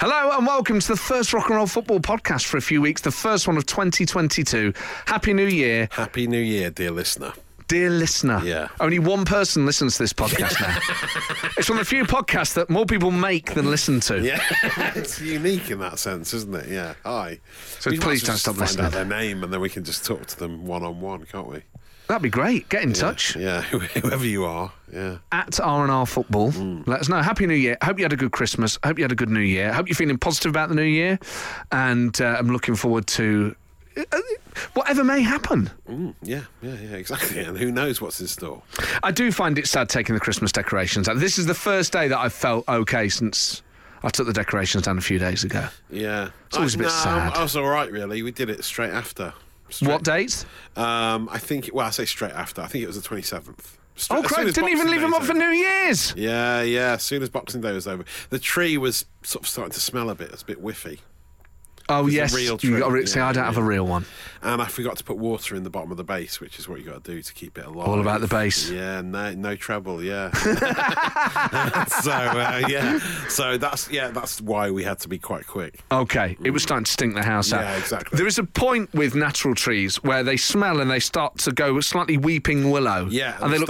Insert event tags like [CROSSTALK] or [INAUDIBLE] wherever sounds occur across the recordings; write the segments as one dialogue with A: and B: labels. A: Hello and welcome to the first rock and roll football podcast for a few weeks, the first one of 2022. Happy New Year,
B: Happy New Year, dear listener.
A: dear listener.
B: Yeah.
A: Only one person listens to this podcast
B: [LAUGHS]
A: now. it's one of the few podcasts that more people make than listen to.
B: Yeah, [LAUGHS] it's unique in that sense, isn't it? Yeah. Hi.
A: So
B: We might
A: please
B: as well
A: don't
B: just
A: stop
B: find
A: listening.
B: out their name, and then we can just talk to them one on one, can't we?
A: That'd be great. Get in touch.
B: Yeah, [LAUGHS] whoever you are. Yeah.
A: At R&R Football.
B: Mm.
A: Let us know. Happy New Year. Hope you had a good Christmas. Hope you had a good New Year. Hope you're feeling positive about the New Year. And uh, I'm looking forward to uh, whatever may happen.
B: Mm, yeah. Yeah. Yeah. Exactly. And who knows what's in store?
A: I do find it sad taking the Christmas decorations out. This is the first day that I've felt okay since I took the decorations down a few days ago.
B: Yeah. oh, It's
A: always a bit
B: no,
A: sad.
B: I was all right, really. We did it straight after. Straight,
A: What date?
B: Um, I think. Well, I say straight after. I think it was the twenty seventh.
A: Oh, Christ, didn't even leave them up for New Year's.
B: Yeah, yeah. As soon as Boxing Day was over, the tree was sort of starting to smell a bit. It's a bit whiffy.
A: Oh,
B: It's a
A: yes.
B: real
A: you
B: tree.
A: got to, see,
B: Yeah,
A: I don't have a
B: yeah.
A: real one.
B: And Um, I forgot to put water in the bottom of the base, which is what you got to do to keep it alive.
A: All about the base.
B: Yeah, no, no trouble. Yeah. [LAUGHS] so uh, yeah, so that's yeah, that's why we had to be quite quick.
A: Okay, it was starting to stink the house out.
B: Yeah, exactly.
A: There is a point with natural trees where they smell and they start to go slightly weeping willow.
B: Yeah,
A: and they, look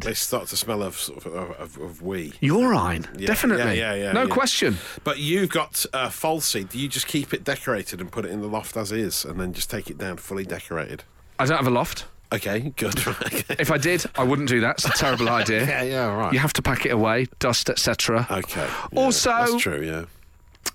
A: sad.
B: They start to smell of sort of of, of wee.
A: Urine,
B: Yeah,
A: definitely.
B: yeah, yeah, yeah,
A: no
B: yeah.
A: question.
B: But you've got uh, falsy. Do you just keep it decorated and put it in the loft as is, and then just take it down fully decorated?
A: I don't have a loft.
B: Okay, good. [LAUGHS] okay.
A: If I did, I wouldn't do that. It's a
B: [LAUGHS]
A: terrible idea.
B: Yeah, yeah, all right.
A: You have to pack it away, dust, etc.
B: Okay. yeah,
A: Also-
B: that's true. Yeah,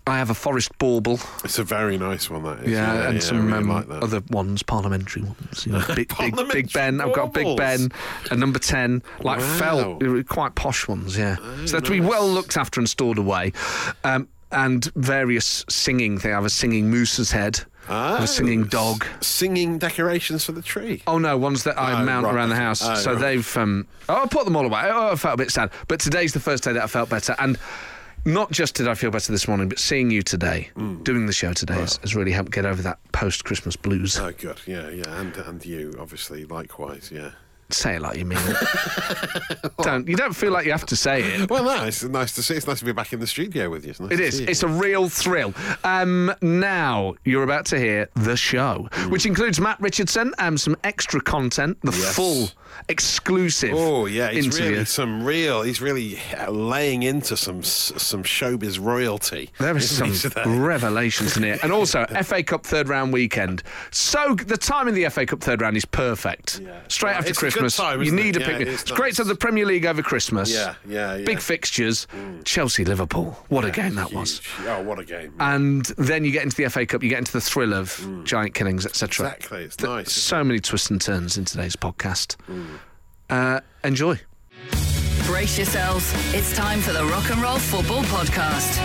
A: I have a forest bauble.
B: it's a very nice one. That is.
A: Yeah, and
B: yeah,
A: some
B: I really
A: um,
B: like that.
A: other ones, parliamentary ones. You
B: [LAUGHS]
A: know, big, big,
B: Parliamentary
A: big Ben. I've got a Big
B: baubles.
A: Ben, a number ten, like
B: Wow. Oh,
A: felt, quite posh ones. Yeah, so they have to be
B: nice.
A: well looked after and stored away. Um, and various singing. They have a singing moose's head,
B: Ah,
A: a singing
B: s-
A: dog.
B: Singing decorations for the tree.
A: Oh no, ones that I
B: Oh,
A: mount
B: right.
A: around the house.
B: Oh,
A: so
B: right.
A: they've. Um, oh, I put them all away. Oh, I felt a bit sad. But today's the first day that I felt better. And not just did I feel better this morning, but seeing you today,
B: Mm.
A: doing the show today, has, has really helped get over that post Christmas blues.
B: Oh, good. Yeah, yeah. And and you, obviously, likewise. Yeah.
A: Say it like you mean it.
B: [LAUGHS]
A: don't, you don't feel like you have to say it.
B: Well, no, it's nice to see. It's nice to be back in the studio with you. It's nice
A: It
B: to
A: is.
B: see you.
A: It's a real thrill. Um, now you're about to hear the show, which includes Matt Richardson and some extra content, the
B: Yes.
A: full exclusive.
B: Oh yeah, he's
A: interview.
B: really some real. He's really uh, laying into some s- some showbiz royalty.
A: There is
B: isn't
A: some
B: he, today?
A: revelations in here. And
B: [LAUGHS]
A: also, FA Cup third round weekend. So, the time in the FA Cup third round is perfect.
B: Yeah.
A: Straight
B: Well,
A: after
B: it's a good
A: Christmas.
B: time,
A: you
B: isn't it?
A: need a
B: Yeah,
A: pick.
B: it
A: It's,
B: is
A: great
B: nice.
A: to have the Premier League over Christmas.
B: Yeah, yeah, yeah. Mm.
A: Big fixtures. Chelsea, Liverpool. What a game that was.
B: Huge. Oh, what a game!
A: And then you get into the FA Cup, you get into the thrill of giant killings, etc.
B: Mm. exactly. It's nice. isn't
A: So many twists and turns in today's podcast.
B: Mm.
A: Uh, enjoy.
C: Brace yourselves. It's time for the Rock and Roll Football Podcast.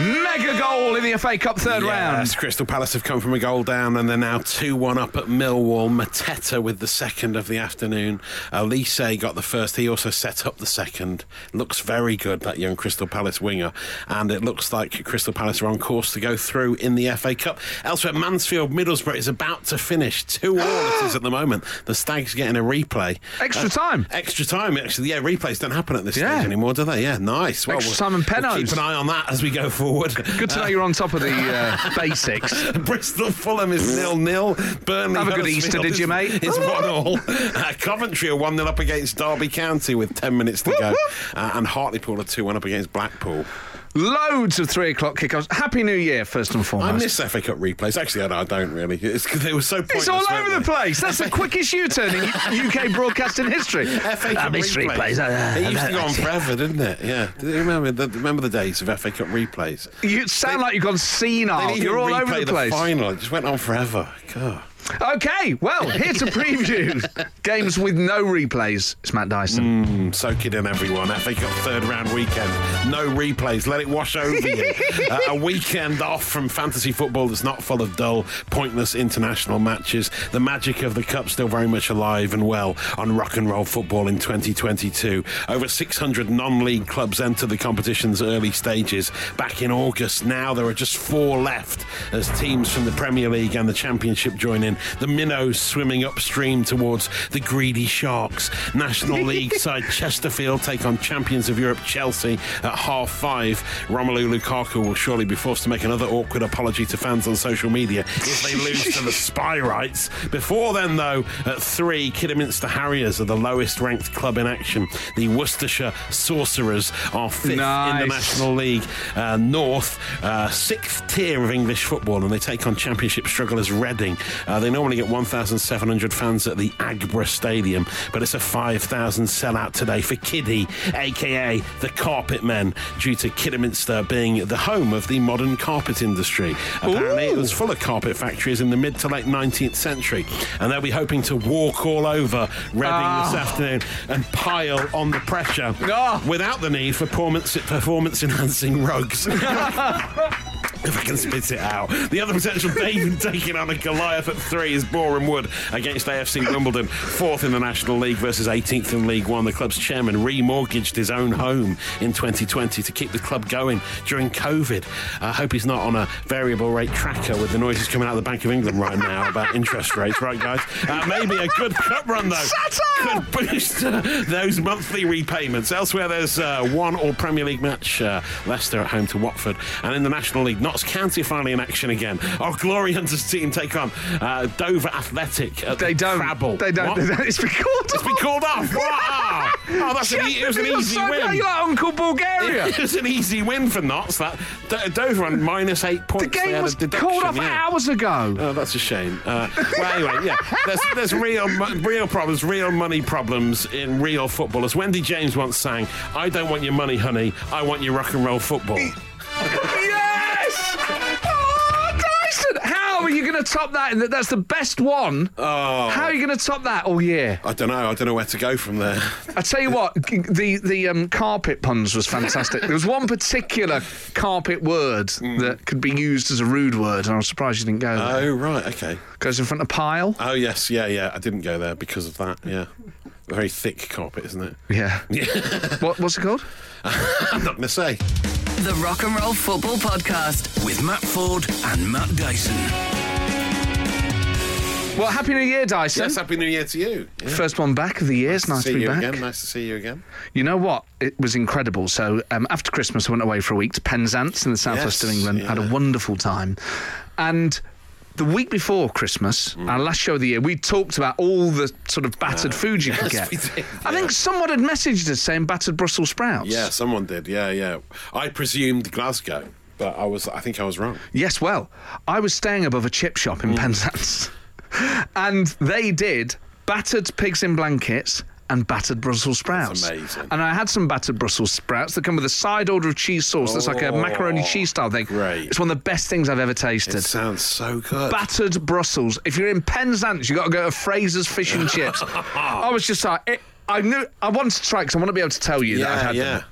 A: Mega goal in the FA Cup third round.
B: Yes, Crystal Palace have come from a goal down and they're now 2 1 up at Millwall. Mateta with the second of the afternoon. Elise got the first. He also set up the second. Looks very good, that young Crystal Palace winger. And it looks like Crystal Palace are on course to go through in the FA Cup. Elsewhere, Mansfield Middlesbrough is about to
A: [GASPS]
B: finish. 2 all it is at the moment. The Stags getting a replay.
A: Extra time.
B: Extra time, actually. Yeah, replays don't happen at this
A: Yeah.
B: stage anymore, do they? Yeah, nice. Well,
A: Extra
B: we'll-
A: time and
B: we'll
A: penalties.
B: Keep an eye on that as we go forward.
A: Good to know you're on top of the uh, [LAUGHS] basics.
B: [LAUGHS] Bristol Fulham is nil nil. Burnley
A: Have a good
B: Huddersfield
A: Easter, did you,
B: is-
A: mate?
B: [LAUGHS] Is one all. Uh, Coventry are one 0 up against Derby County with ten minutes to go, uh, and Hartlepool are two one up against Blackpool.
A: Loads of three o'clock kickoffs. Happy New Year, first and foremost.
B: I miss FA Cup replays. Actually, I don't- I don't really. It's 'cause they were so.
A: it's
B: Pointless,
A: all
B: weren't
A: over the
B: they?
A: place. That's the quickest U-turn in UK broadcasting history. Ah,
B: FA Cup replays. it used to go on forever, didn't it? Yeah. Do you remember the, remember the days of FA Cup replays?
A: You sound like you've gone senile.
B: didn't
A: Oh, You're all
B: even
A: over
B: replay
A: the place.
B: final. It just went on forever. God.
A: Okay, well, here to preview
B: [LAUGHS]
A: games with no replays. It's Matt
B: Mm.
A: Dyson.
B: Soak it in, everyone. FA Cup third round weekend. No replays. Let it wash over you. Uh, a weekend off from fantasy football that's not full of dull, pointless international matches. The magic of the cup still very much alive and well on rock and roll football in 2022. Over 600 non-league clubs entered the competition's early stages back in August. Now there are just four left as teams from the Premier League and the Championship join in the minnows swimming upstream towards the greedy sharks. National League side Chesterfield take on champions of Europe Chelsea at half five. Romelu Lukaku will surely be forced to make another awkward apology to fans on social media if they lose to the Spyrites. Before then, though, at three, Kidderminster Harriers are the lowest ranked club in action. The Worcestershire Sorcerers are fifth in
A: Nice.
B: the National League uh, North, uh, sixth tier of English football, and they take on Championship strugglers Reading. Uh, they normally get 1,700 fans at the Agbra Stadium, but it's a 5,000 sellout today for Kiddie, aka the Carpet Men, due to Kidderminster being the home of the modern carpet industry. Apparently, it was full of carpet factories in the mid to late 19th century, and they'll be hoping to walk all over Reading this afternoon and pile on the pressure
A: Ah.
B: without the need for performance, performance enhancing rugs. [LAUGHS] If I can spit it out. The other potential David taking on a Goliath at three is Boreham Wood against AFC Wimbledon, fourth in the National League versus 18th in League One. The club's chairman remortgaged his own home in 2020 to keep the club going during COVID. I hope he's not on a variable rate tracker with the noises coming out of the Bank of England right now about interest rates, right, guys? Uh, maybe a good cup run, though, could boost uh, those monthly repayments. Elsewhere, there's uh, one all Premier League match uh, Leicester at home to Watford. And in the National League, Notts County finally in action again. Our Glory Hunters team take on uh, Dover Athletic at
A: They
B: the
A: don't.
B: Crabble.
A: They don't.
B: What?
A: They don't. [LAUGHS] It's been called
B: It's been called off. Wow. Oh, that's an, e- it was an easy win.
A: You're like Uncle Bulgaria.
B: [LAUGHS] It was an easy win for Notts. That Do- Dover on minus eight points.
A: the
B: They
A: game
B: had a
A: was called
B: deduction,
A: off
B: yeah.
A: hours ago.
B: Oh, that's a shame. Uh, well, anyway, yeah, there's, there's real, mo- real problems, real money problems in real football. As Wendy James once sang, "I don't want your money, honey. I want your rock and roll football."
A: yes! Oh, Dyson! How are you going to top that? And that- That's the best one.
B: Oh.
A: How are you going to top that all year?
B: I don't know. I don't know where to go from there.
A: I tell you what, g- the the um, carpet puns was fantastic. there was one particular carpet word
B: Hmm.
A: that could be used as a rude word, and I was surprised you didn't go there.
B: [LAUGHS] Oh right, okay.
A: Goes in front of pile.
B: Oh yes, yeah, yeah. I didn't go there because of that. Yeah, very thick carpet, isn't [LAUGHS] it?
A: yeah. what, what's it called?
B: I'm not gonna say.
C: The Rock and Roll Football Podcast.
D: With Matt Ford and Matt Dyson.
A: Well, Happy New Year, Dyson.
B: Yes, happy New Year to you. Yeah.
A: First one back of the year. It's nice
B: see
A: to be
B: you
A: back.
B: again. Nice to see you again.
A: You know what? It was incredible. So um, after Christmas, I went away for a week to Penzance in the southwest of
B: Yes,
A: England. Had a
B: yeah.
A: wonderful time, and. The week before Christmas,
B: Mm.
A: our last show of the year, we talked about all the sort of battered food you
B: [LAUGHS]
A: could get.
B: we did,
A: I think someone had messaged us saying battered Brussels sprouts.
B: Yeah, someone did. Yeah, yeah. I presumed Glasgow, but I was. I think I was wrong.
A: Yes, well, I was staying above a chip shop
B: Mm.
A: in Penzance, [LAUGHS] and they did battered pigs in blankets and battered Brussels sprouts.
B: amazing.
A: And I had some battered Brussels sprouts that come with a side order of cheese sauce that's like a macaroni
B: Oh,
A: cheese style thing.
B: great.
A: It's one of the best things I've ever tasted.
B: It sounds so good.
A: battered Brussels. If you're in Penzance, you got to go to Fraser's Fish and
B: [LAUGHS]
A: Chips. I was just like, it, I knew I wanted to try because I want to be able to tell you that I've
B: yeah,
A: had
B: yeah.
A: them.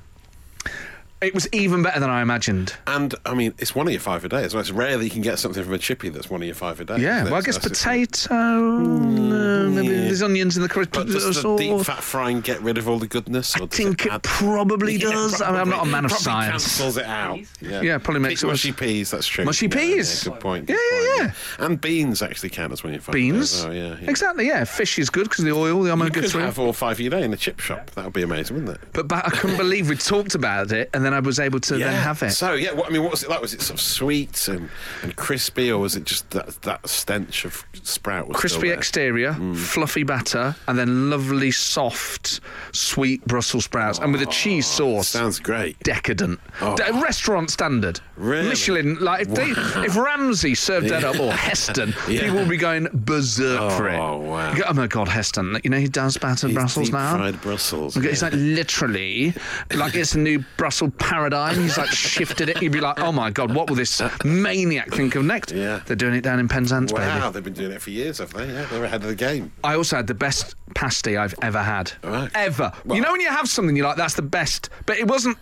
A: It was even better than I imagined.
B: And I mean, it's one of your five a day as well. It's rare that you can get something from a chippy that's one of your five a day.
A: Yeah,
B: isn't it?
A: well, I
B: So
A: guess
B: that's just-
A: potato. no, maybe there's onions in the curry.
B: But does the
A: sauce.
B: deep fat frying get rid of all the goodness? Or
A: I
B: does
A: think it
B: add-
A: probably
B: Yeah,
A: does. I mean, I'm not a man of
B: probably
A: science.
B: cancels it out. Yeah,
A: Yeah, probably makes
B: Pe-
A: it
B: mushy
A: worse.
B: peas. That's true.
A: Mushy
B: Yeah, yeah,
A: peas.
B: good point.
A: Yeah,
B: good
A: yeah,
B: point, And beans actually count as one of your five a day
A: Beans.
B: as well, Oh, yeah, yeah.
A: Exactly, yeah. Fish is good because the oil, the
B: You
A: omega
B: could
A: 3.
B: have all five of your day in a chip shop. That would be amazing, wouldn't it?
A: But, but I couldn't believe we talked about it and then I was able to then have it.
B: So yeah, what, I mean, what was it like? Was it sort of sweet and, and crispy, or was it just that that stench of sprout? Was still
A: Crispy
B: there?
A: exterior,
B: Hmm.
A: fluffy batter, and then lovely, soft, sweet Brussels sprouts. and with a cheese sauce.
B: Sounds great.
A: decadent. D- restaurant standard.
B: Oh. Really?
A: Michelin, like if, they, if Ramsey served that up or Heston,
B: [LAUGHS] Yeah.
A: people would be going berserk for it.
B: Oh, wow.
A: You go, Oh my God, Heston. like, You know, he does battered Brussels
B: deep
A: now.
B: Fried Brussels.
A: You go, It's
B: yeah.
A: like literally, like it's a new Brussels paradigm. He's like shifted it. You'd be like, oh my God, what will
B: [LAUGHS]
A: this maniac think of next?
B: Yeah.
A: They're doing it down in Penzance,
B: Wow,
A: baby.
B: they've been doing it for years, have they? Yeah, they're ahead of the game.
A: I also had the best pasty I've ever had.
B: Right.
A: Ever. you know when you have something you're like, that's the best. But it wasn't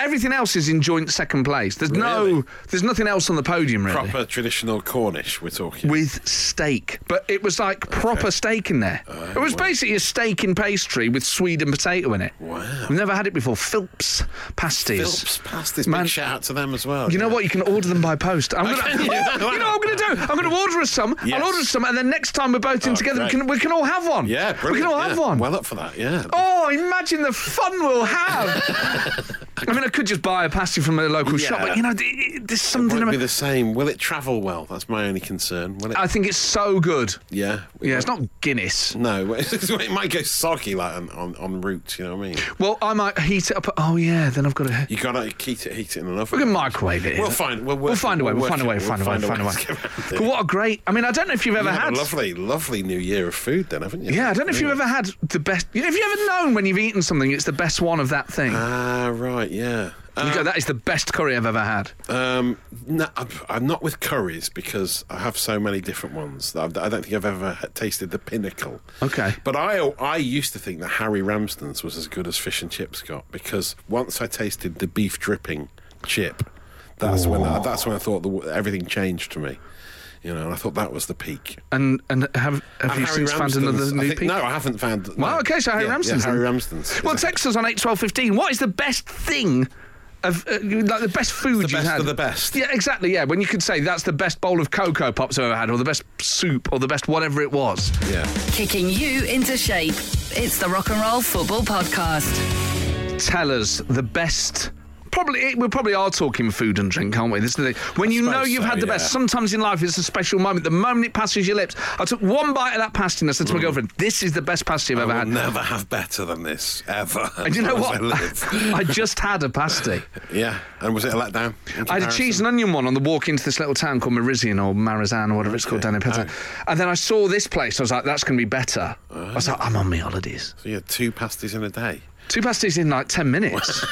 A: everything else is in joint second place. There's no,
B: Really?
A: there's nothing else on the podium really.
B: Proper traditional Cornish, we're talking.
A: With steak, but it was like proper steak in there.
B: Oh,
A: it was basically a steak and pastry with Sweden potato in it.
B: Wow.
A: I've never had it before. Philps pasties.
B: Phillips passed this
A: Man-
B: big shout out to them as well.
A: You know
B: yeah.
A: what? You can order them by post.
B: [LAUGHS]
A: I'm gonna, [LAUGHS]
B: Okay.
A: you know what I'm going to do? I'm going to order us some.
B: Yes.
A: I'll order us some, and then next time we're both in
B: Oh,
A: together, we
B: great.
A: can, we can all have one. we
B: Yeah,
A: can
B: brilliant,
A: all
B: yeah.
A: have one.
B: Well up for that, yeah.
A: Oh, imagine the fun we'll have!
B: [LAUGHS]
A: I mean, I could just buy a pasty from a local shop,
B: Yeah.
A: but you know, th- it- there's something.
B: Won't be
A: About,
B: the same. Will it travel well? That's my only concern. Will it?
A: I think it's so good.
B: yeah.
A: Yeah, it's not Guinness.
B: No, [LAUGHS] it might go soggy like on, on, on route. You know what I mean?
A: Well, I might heat it up. Oh yeah, then I've got to.
B: You gotta heat it, heat it in an oven.
A: We can microwave it.
B: We'll
A: in.
B: find- we'll work-
A: we'll find a way. We'll,
B: we'll
A: find a way.
B: work
A: We'll
B: it-
A: find a way.
B: we'll
A: Find a way.
B: find a way to get around
A: But
B: [LAUGHS] it.
A: what a great! I mean, I don't know if you've ever
B: You had
A: had.
B: a lovely, lovely new year of food, then, haven't you?
A: Yeah, I don't know if you've ever had the best. Have you ever known when you've eaten something, it's the best one of that thing?
B: Ah, right, yeah. Uh,
A: you go, that is the best curry I've ever had.
B: Um, no, I'm- I'm not with curries because I have so many different ones. that I I don't think I've ever ha- tasted the pinnacle.
A: Okay.
B: But I I used to think that Harry Ramsden's was as good as fish and chips got because once I tasted the beef dripping chip, that's when
A: Oh.
B: I, that's when I thought the, everything changed to me. You know, and I thought that was the peak.
A: And and have have
B: And
A: you
B: Harry
A: since found
B: Ramsden's-
A: another
B: I
A: new
B: think-
A: peak?
B: No, I haven't found. no.
A: Well, okay, so Harry
B: yeah,
A: Ramsden's.
B: Yeah, Harry
A: then. [LAUGHS]
B: Ramsden's.
A: Well,
B: is
A: text us on eight twelve fifteen. What is the best thing? Of, uh, like the best food
B: the
A: you've
B: best
A: had.
B: of the best.
A: Yeah, exactly. Yeah, when you could say that's the best bowl of cocoa pops I've ever had, or the best soup, or the best whatever it was.
B: it? Yeah.
C: Kicking you into shape. It's the Rock and Roll Football Podcast.
A: Tell us the best. Probably it- we probably are talking food and drink, aren't we? This is the thing. When you know
B: suppose
A: you've
B: so,
A: had the
B: yeah.
A: best, sometimes in life it's a special moment. The moment it passes your lips, I took one bite of that pasty and I said to my girlfriend, "This is the best pasty I've ever
B: Mm. I
A: had."
B: will never have better than this ever. [LAUGHS]
A: And you know
B: as long
A: what?
B: as I
A: [LAUGHS]
B: live.
A: I just had a pasty.
B: Yeah, and was it a letdown? in
A: I had a
B: comparison?
A: cheese and onion one on the walk into this little town called Merizian or Marizan or whatever it's called down in Petta. And then I saw this place. I was like, that's going to be better. I was like, I'm on my holidays.
B: So you had two pasties in a day.
A: Two pasties in like 10
B: [LAUGHS]
A: minutes.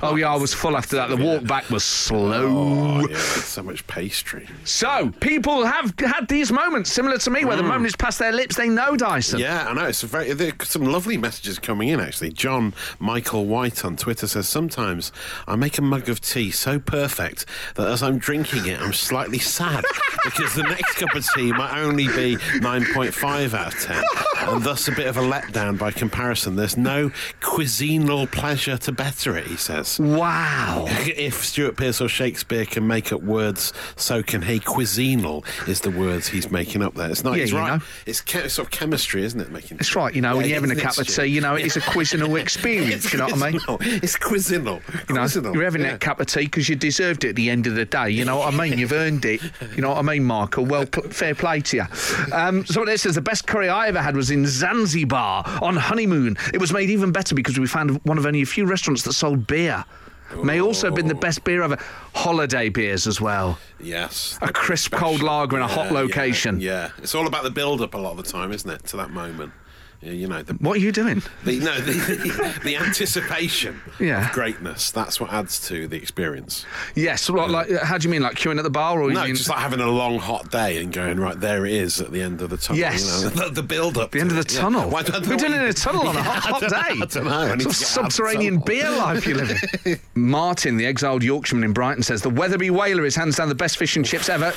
A: oh, yeah, I was full after that. The walk back was slow.
B: Oh, yeah, that's so much pastry.
A: So, people have had these moments similar to me where the moment it's past their lips, they know Dyson.
B: Mm. Yeah, I know. It's a very there are some lovely messages coming in actually. John Michael White on Twitter says sometimes I make a mug of tea so perfect that as I'm drinking it, I'm slightly sad because the next cup of tea might only be 9.5 out of 10, and thus a bit of a letdown by comparison. There's no cuisinal pleasure to better it. He says.
A: Wow.
B: If Stuart Pearce or Shakespeare can make up words, so can he. Cuisinal is the words he's making up there. It's not.
A: Yeah,
B: he's
A: you
B: right.
A: know.
B: It's che- sort of chemistry, isn't it? Making.
A: It's right, you know, when you're having a cup of tea, you know, it's a
B: [LAUGHS]
A: cuisinal experience, you know what I mean?
B: It's cuisinal.
A: You know,
B: Cuisinal,
A: you're having
B: yeah.
A: that cup of tea because you deserved it at the end of the day. You know what I mean? You've earned it. You know what I mean, Michael? Well, pl- fair play to you. Um, someone else says the best curry I ever had was in Zanzibar on honeymoon. It was made even better because we found one of only a few restaurants that sold beer. May also have been the best beer ever. Holiday beers as well.
B: Yes.
A: A crisp cold lager in a hot
B: Yeah, yeah,
A: location.
B: Yeah, It's all about the build-up a lot of the time, isn't it? To that moment. Yeah, You know, the
A: What are you doing?
B: The, no, the, [LAUGHS] the anticipation
A: Yeah.
B: of greatness. That's what adds to the experience.
A: Yes. Like, like, how do you mean? Like queuing at the bar, or you
B: No,
A: mean
B: just like having a long hot day and going right there it is at the end of the tunnel.
A: Yes.
B: you know, the, the build up.
A: [LAUGHS] the end of the tunnel?
B: Why, I don't know
A: We're
B: why
A: doing it
B: you-
A: in a tunnel
B: [LAUGHS]
A: on a hot, hot
B: don't-
A: day.
B: I don't know. I need to
A: Sort of
B: get out of the
A: subterranean
B: tunnel.
A: beer life you're living.
B: [LAUGHS]
A: Martin, the exiled Yorkshireman in Brighton, says the Weatherby Whaler is hands down the best fish and chips ever.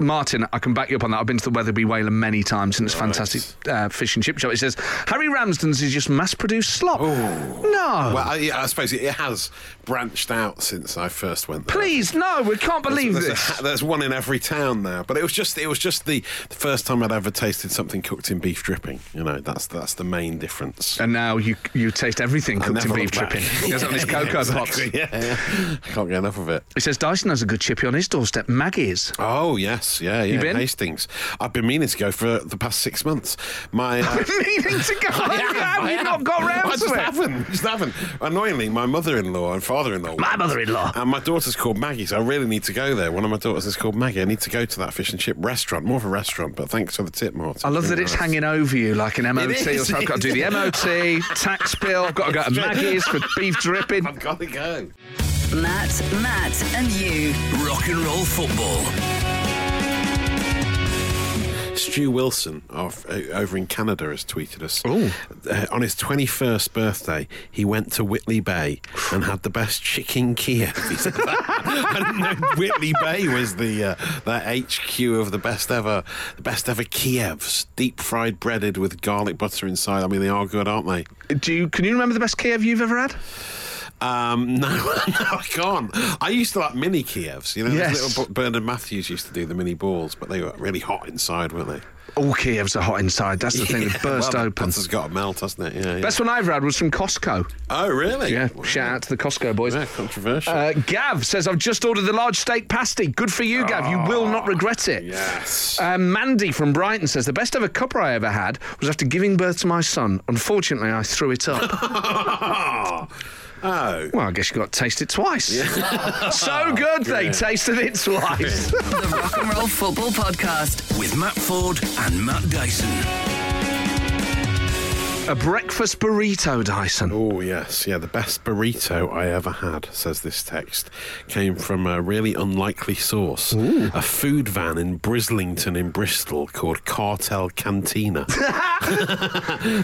A: Martin, I can back you up on that. I've been to the Weatherby Whaler many times, and it's fantastic uh, fish and chip shop. It says Harry Ramsden's is just mass-produced slop. No,
B: Well, I, yeah, I suppose it, it has branched out since I first went there.
A: please, no, we can't believe
B: there's,
A: this.
B: a- there's one in every town now, but it was just it was just the, the first time I'd ever tasted something cooked in beef dripping. You know, that's that's the main difference.
A: and now you you taste everything Uh,
B: I
A: cooked in
B: never
A: beef
B: looked back.
A: dripping.
B: [LAUGHS]
A: There's on these
B: Yeah,
A: cocoa
B: exactly,
A: pots. [LAUGHS]
B: Yeah, yeah. I can't get enough of it.
A: It says Dyson has a good chippy on his doorstep. Maggie's.
B: Oh yes, yeah, yeah.
A: been?
B: Hastings. I've been meaning to go for the past six months. My uh,
A: [LAUGHS] meaning to
B: [LAUGHS]
A: go.
B: I am,
A: How have
B: I
A: you
B: am.
A: not got round
B: I
A: to
B: just
A: it?
B: haven't. Just haven't. Annoyingly, my mother-in-law and father-in-law.
A: My mother-in-law.
B: And my daughter's called Maggie, so I really need to go there. One of my daughters is called Maggie. I need to go to that fish and chip restaurant. More of a restaurant, but thanks for the tip, Martin.
A: I love that
B: Really
A: it's
B: nice.
A: hanging over you like an MOT.
B: is,
A: or something. I've got to do the
B: it
A: MOT, tax bill, I've got to go to Maggie's for beef dripping.
B: I've got to go.
C: Matt, Matt, and you.
D: Rock and roll football.
B: Stu Wilson of uh, over in Canada has tweeted us.
A: Ooh.
B: Uh, on his 21st birthday, he went to Whitley Bay and had the best chicken [LAUGHS] Kiev. He said that. I didn't know Whitley Bay was the uh, that HQ of the best ever, the best ever Kievs, deep fried breaded with garlic butter inside. I mean, they are good, aren't they?
A: Do you, can you remember the best Kiev you've ever had?
B: Um, [LAUGHS] no, no, I can't. I used to like mini Kievs. You know,
A: Yes.
B: those little Bernard Matthews used to do the mini balls, but they were really hot inside, weren't they?
A: All Kievs are hot inside. That's the thing.
B: [LAUGHS]
A: They burst
B: well,
A: open.
B: has got to melt, hasn't it? Yeah, yeah.
A: Best one I've had was from Costco.
B: oh, really?
A: Yeah,
B: Wow.
A: shout out to the Costco boys.
B: Yeah, controversial.
A: Uh, Gav says, I've just ordered the large steak pasty. Good for you, Gav. You will
B: Oh,
A: not regret it.
B: yes.
A: Um, Mandy from Brighton says, The best ever cuppa I ever had was after giving birth to my son. Unfortunately, I threw it up.
B: [LAUGHS] oh.
A: well, I guess you got to taste it twice. [LAUGHS] so good they tasted it
B: [LAUGHS]
A: twice.
C: The Rock and Roll Football Podcast.
D: With Matt Ford and Matt Dyson.
A: A breakfast burrito, Dyson.
B: Oh, yes. Yeah, the best burrito I ever had, says this text, came from a really unlikely source. A food van in Brislington in Bristol called Cartel
A: [LAUGHS]
B: Cantina. [LAUGHS]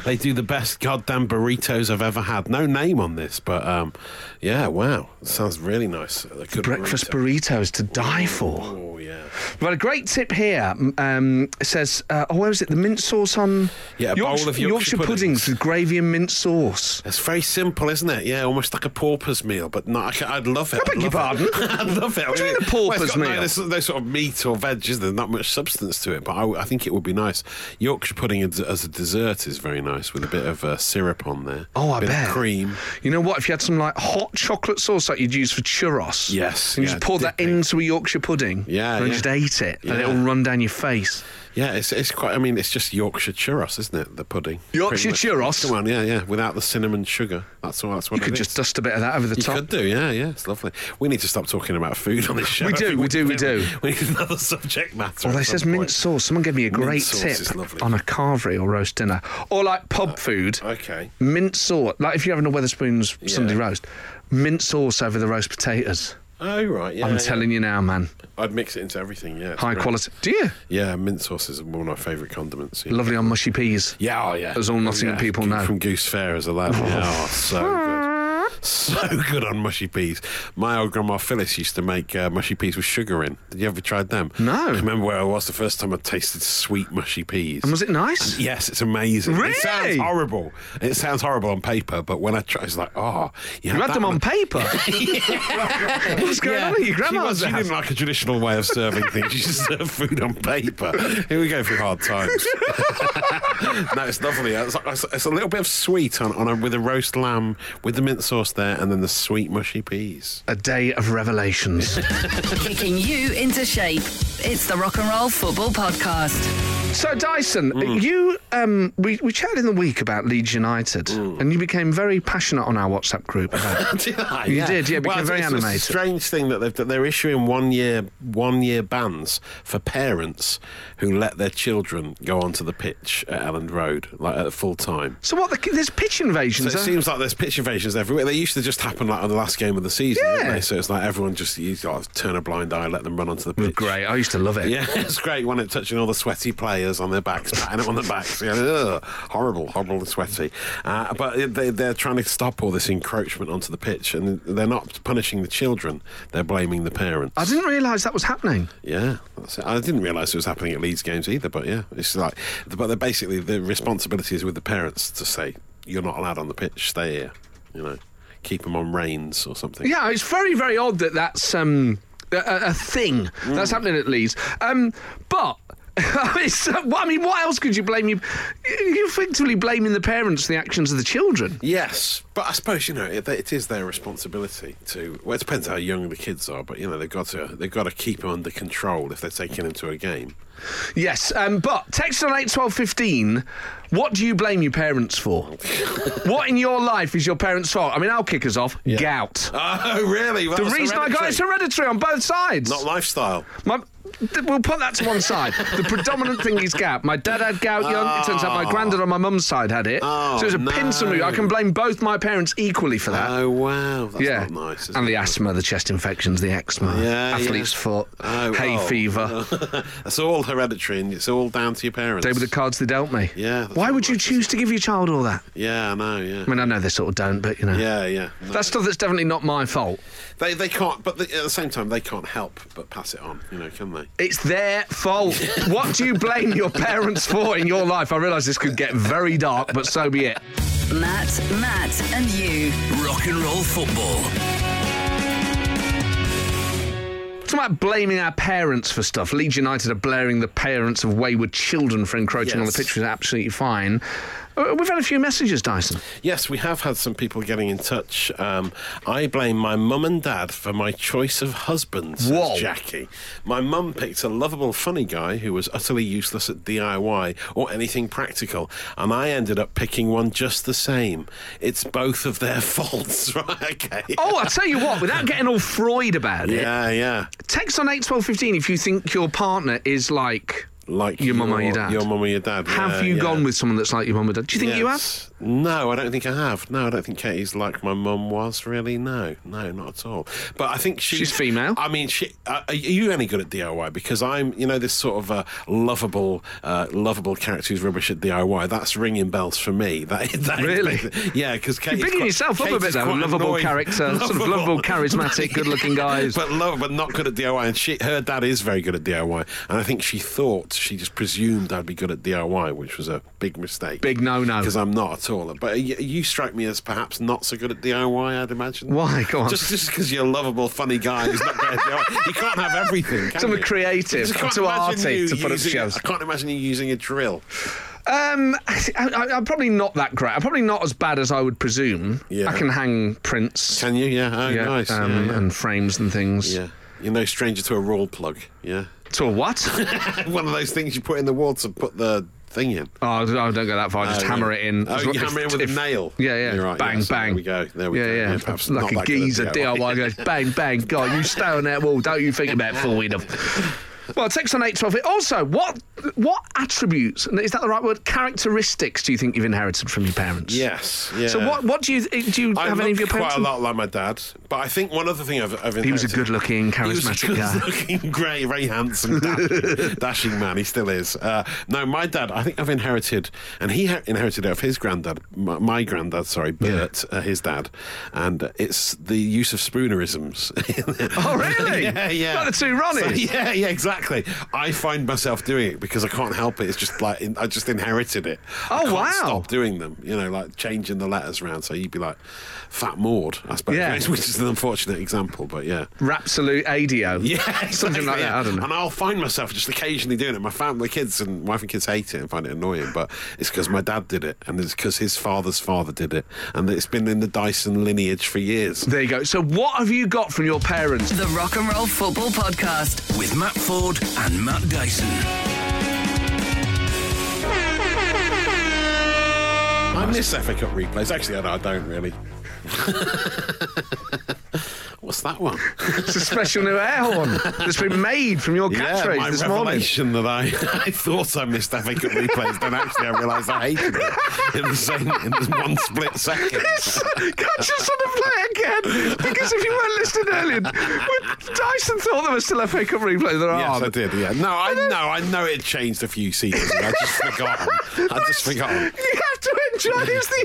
B: they do the best goddamn burritos I've ever had. No name on this, but um, yeah, wow. Sounds really nice. A good
A: Breakfast
B: burrito.
A: burritos to die for.
B: Oh, yeah.
A: We've had a great tip here. m- Um, it says, uh, oh, where is it? The mint sauce on
B: Yeah, a bowl of Yorkshire puddings.
A: with gravy and mint sauce.
B: It's very simple, isn't it? Yeah, almost like a pauper's meal, but not. I, would love it. I
A: beg your pardon?
B: [LAUGHS] I'd love it. What
A: do you mean a pauper's meal?
B: there's no sort of meat or veg, is there? Not much substance to it, but I, I think it would be nice. Yorkshire pudding as, as a dessert is very nice with a bit of uh, syrup on there.
A: Oh, I
B: bit
A: bet.
B: Of cream.
A: You know what? If you had some like hot chocolate sauce like you'd use for churros,
B: Yes,
A: and you
B: yeah,
A: just poured that
B: dipping.
A: into a Yorkshire pudding,
B: Yeah,
A: and
B: yeah.
A: just ate it, and
B: Yeah.
A: it'll run down your face.
B: Yeah, it's it's quite. I mean, it's just Yorkshire churros, isn't it? The pudding.
A: Yorkshire
B: Pretty much.
A: churros?
B: Come on, yeah, yeah. Without the cinnamon sugar. That's all. That's what
A: You could
B: it
A: just
B: is.
A: dust a bit of that over the
B: You
A: top.
B: could do, yeah, yeah. It's lovely. We need to stop talking about food on this show.
A: We do,
B: I think
A: we do, we do.
B: [LAUGHS] We need another subject matter.
A: Well,
B: at
A: they
B: some
A: says mint
B: point.
A: sauce. Someone gave me a
B: Mint
A: great
B: sauce
A: tip
B: is lovely. Uh,
A: on a carvery or roast dinner, or like pub food.
B: Okay.
A: Mint sauce, like if you're having a Weatherspoons Sunday
B: Yeah.
A: roast, mint sauce over the roast potatoes.
B: Oh right, yeah.
A: I'm
B: yeah.
A: telling you now, man.
B: I'd mix it into everything. Yeah. it's
A: High
B: great.
A: quality. Do you?
B: Yeah, mint sauce is one of my favourite condiments. Yeah.
A: Lovely on mushy peas.
B: Yeah, oh yeah.
A: As all Nottingham people
B: From-
A: know.
B: From Goose Fair as a lad. yeah, oh, so good. So [LAUGHS] good on mushy peas. My old grandma Phyllis used to make uh, mushy peas with sugar in. Did you ever tried them?
A: No.
B: I remember where I was the first time I tasted sweet mushy peas.
A: And was it nice?
B: Yes, it's amazing.
A: Really?
B: It sounds horrible. It sounds horrible on paper, but when I try, it's like, oh, you,
A: You had
B: that
A: them
B: one.
A: on
B: [LAUGHS]
A: paper. [LAUGHS] What's going on at your grandma's
B: She, was, she
A: house?
B: didn't like a traditional way of serving things. She just served food on paper. Here we go through hard times. [LAUGHS] no, it's lovely. It's, like- it's- it's a little bit of sweet on, on a, with a roast lamb with the mint sauce there, and then the sweet mushy peas.
A: A day of
B: [LAUGHS]
A: revelations.
B: Mm.
C: Kicking you into shape. It's the Rock and Roll Football Podcast.
A: so Dyson,
B: Mm.
A: you um, we, we chatted in the week about Leeds United,
B: Mm.
A: and you became very passionate on our WhatsApp group about it.
B: [LAUGHS] did I?
A: You did, yeah, became
B: it's-
A: very
B: it's a
A: animated.
B: strange thing that they've, that they're issuing one year one year bans for parents who let their children go onto the pitch at Elland Road like at full time.
A: So what? The, there's pitch invasions.
B: So it
A: huh?
B: seems like there's pitch invasions everywhere. They used to just happen like on the last game of the season,
A: Yeah.
B: didn't they? So it's like everyone just you got to turn a blind eye, let them run onto the
A: It was
B: pitch.
A: great. I used to love it.
B: Yeah, [LAUGHS] it's great. One it touching all the sweaty players on their backs, patting them on the backs. Yeah, ugh, horrible, horrible and sweaty. Uh, but it- they, they're trying to stop all this encroachment onto the pitch, and they're not punishing the children. They're blaming the parents.
A: I didn't realise that was happening.
B: Yeah, that's it. I didn't realise it was happening at Leeds games either. But yeah, it's like, but they're basically the responsibility is with the parents to say you're not allowed on the pitch. Stay here. You know, keep them on reins or something.
A: Yeah, it's very, very odd that that's um, a- a, a thing that's happening at Leeds. Um, but. [LAUGHS] it's, uh, well, I mean, what else could you blame? You, you're effectively blaming the parents for the actions of the children.
B: Yes, but I suppose you know it, it is their responsibility to. Well, it depends how young the kids are, but you know they've got to they've got to keep them under control if they're taking them to a game.
A: Yes, um, but text on eight twelve fifteen. What do you blame your parents for? what in your life is your parents' fault? I mean, I'll kick us off. Gout. Uh,
B: Oh, [LAUGHS] really? Well,
A: the
B: that's
A: reason I got
B: hereditary.
A: it's hereditary on both sides.
B: not lifestyle.
A: My, th- we'll put that to one side.
B: [LAUGHS]
A: the predominant thing is gout. My dad had gout young. It turns out my granddad on my mum's side had it.
B: Oh,
A: so it was a pincer
B: no.
A: move. I can blame both my parents equally for that.
B: Oh wow, that's
A: yeah,
B: not nice. is
A: and
B: it?
A: the asthma, the chest infections, the eczema,
B: Yeah,
A: athlete's
B: yeah.
A: foot,
B: Oh,
A: hay
B: oh.
A: fever.
B: [LAUGHS] That's all hereditary, and it's all down to your parents.
A: They were the cards they dealt me.
B: Yeah, that's
A: Why
B: what
A: would you
B: life is,
A: choose to give your child all that?
B: yeah, I know. Yeah.
A: I mean, I know they sort of don't, but you know,
B: yeah, yeah. No.
A: that's stuff that's definitely not my fault.
B: They they can't, but they, at the same time they can't help but pass it on. You know, can they?
A: It's their
B: [LAUGHS]
A: fault. what do you blame your parents for in your life? I realise this could get very dark, but so be it.
C: Matt, Matt, and you.
D: Rock and roll football.
A: It's about blaming our parents for stuff. Leeds United are blaring the parents of wayward children for encroaching on the
B: Yes.
A: pitch, which is absolutely fine. Uh, We've had a few messages, Dyson.
B: Yes, we have had some people getting in touch. Um, I blame my mum and dad for my choice of husband, says
A: Whoa.
B: Jackie. My mum picked a lovable, funny guy who was utterly useless at DIY or anything practical, and I ended up picking one just the same. It's both of their [LAUGHS] faults, right? Okay.
A: Oh, I tell you what, without getting all Freud about it,
B: Yeah, yeah.
A: text on 81215 if you think your partner is like,
B: Like
A: your mum or your dad.
B: Your mum or your dad.
A: have
B: yeah,
A: you
B: Uh, yeah.
A: gone with someone that's like your mum or dad? Do you think you have?
B: Yes. No, I don't think I have. No, I don't think Katie's like my mum was. Really, no, no, not at all. But I think she's,
A: She's female.
B: I mean, she, uh, are you any good at DIY? Because I'm, you know, this sort of uh, lovable, uh, lovable character who's rubbish at DIY. That's ringing bells for me. [LAUGHS] That, that is-
A: Really?
B: yeah, because Katie's
A: You're bigging
B: quite-
A: yourself up a
B: Katie's
A: bit, though.
B: quite
A: Lovable
B: annoying.
A: character,
B: [LAUGHS]
A: sort of lovable, charismatic, good-looking guys.
B: but low, but not good at DIY. And she, her dad is very good at DIY, and I think she thought she just presumed I'd be good at DIY, which was a big mistake.
A: Big no-no.
B: because I'm not at all. But y- you strike me as perhaps not so good at DIY. I'd imagine.
A: Why? Go on.
B: Just just because you're a lovable, funny guy who's not good
A: [LAUGHS]
B: at DIY, you can't have everything. Can
A: Some are
B: you?
A: creative,
B: Just can't
A: too
B: imagine
A: arty
B: you
A: to put up
B: using-
A: shows.
B: I can't imagine you using a drill.
A: Um, I, I, I'm probably not that great. I'm probably not as bad as I would presume.
B: Yeah.
A: I can hang prints,
B: Can you? Yeah. Oh,
A: yeah,
B: nice.
A: um,
B: yeah, yeah.
A: and frames and things.
B: yeah. You're no stranger to a roll plug. Yeah. [LAUGHS]
A: To a what?
B: One of those things you put in the wall to put the thing in.
A: oh, I don't go that far. I just
B: Oh,
A: hammer
B: yeah.
A: it in.
B: Oh,
A: As
B: you
A: lo- if-
B: hammer it with
A: if-
B: a nail.
A: Yeah, yeah.
B: You're right,
A: bang,
B: yeah, so
A: bang.
B: there we go, there we
A: yeah,
B: go.
A: Yeah,
B: Yeah, perhaps
A: like
B: not
A: a
B: that good at
A: geezer
B: DIY. [LAUGHS]
A: DIY goes bang, bang. God, you stay on that wall. Don't you think about falling off. Well, text on eight twelve. Also, what what attributes? Is that the right word? Characteristics? Do you think you've inherited from your parents?
B: Yes. Yeah.
A: So what what do you do? You
B: I
A: have any of your
B: look
A: parents?
B: quite a lot like my dad, but I think one other thing I've, I've
A: He was a
B: inherited-
A: good-looking,
B: He was a
A: charismatic guy.
B: good-looking, great, very
A: [LAUGHS]
B: handsome, dashing, dashing man. He still is. Uh, no, my dad. I think I've inherited, and he ha- inherited it of his granddad, my, my granddad. Sorry, Bert, uh, his dad, and uh, it's the use of spoonerisms.
A: [LAUGHS] Oh, really?
B: [LAUGHS] yeah, yeah.
A: Like the two Ronnies?
B: So, yeah, yeah, exactly. I find myself doing it because I can't help it. It's just like in, I just inherited it. I
A: Oh,
B: can't
A: wow.
B: Stop doing them. You know, like changing the letters around. So you'd be like Fat Maud, I suppose.
A: Yeah.
B: [LAUGHS] Which is an unfortunate example, but yeah.
A: Rapsolute ADO.
B: [LAUGHS] Yeah,
A: [LAUGHS] Something
B: exactly,
A: like that.
B: yeah.
A: I don't know.
B: And I'll find myself just occasionally doing it. My family, kids, and wife and kids hate it and find it annoying, but it's because my dad did it, and it's because his father's father did it, and it's been in the Dyson lineage for years.
A: There you go. So, what have you got from your parents?
C: The Rock and Roll Football Podcast.
D: With Matt Ford and Matt Dyson.
B: I miss FA Cup replays. Actually, I don't, I don't really. [LAUGHS] What's that one?
A: It's a special new air horn that's been made from
B: [LAUGHS]
A: your catchphrase
B: my
A: this morning.
B: revelation that I, [LAUGHS] I thought I missed FA Cup replays, then actually I realised I hated it in the same in the one split second.
A: [LAUGHS] Catch us on the play again, because if you weren't listening earlier, when Dyson thought there was still a FA Cup replay. There are.
B: Yes, I did.
A: [LAUGHS]
B: Yeah, no, I know, I know it changed a few seasons. and I just forgotten. I just forgotten.
A: You have to enjoy. It's the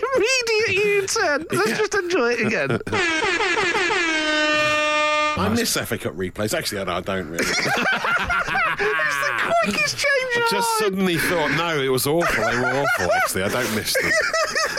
A: immediate
B: [LAUGHS]
A: U-turn. Let's
B: Yeah.
A: just enjoy it
B: [LAUGHS]
A: again.
B: I miss FA Cup replays. Actually, I don't- I don't really.
A: Quickest change.
B: I
A: of
B: just
A: mind.
B: suddenly thought, no, it was awful. They were awful. Actually, I don't miss them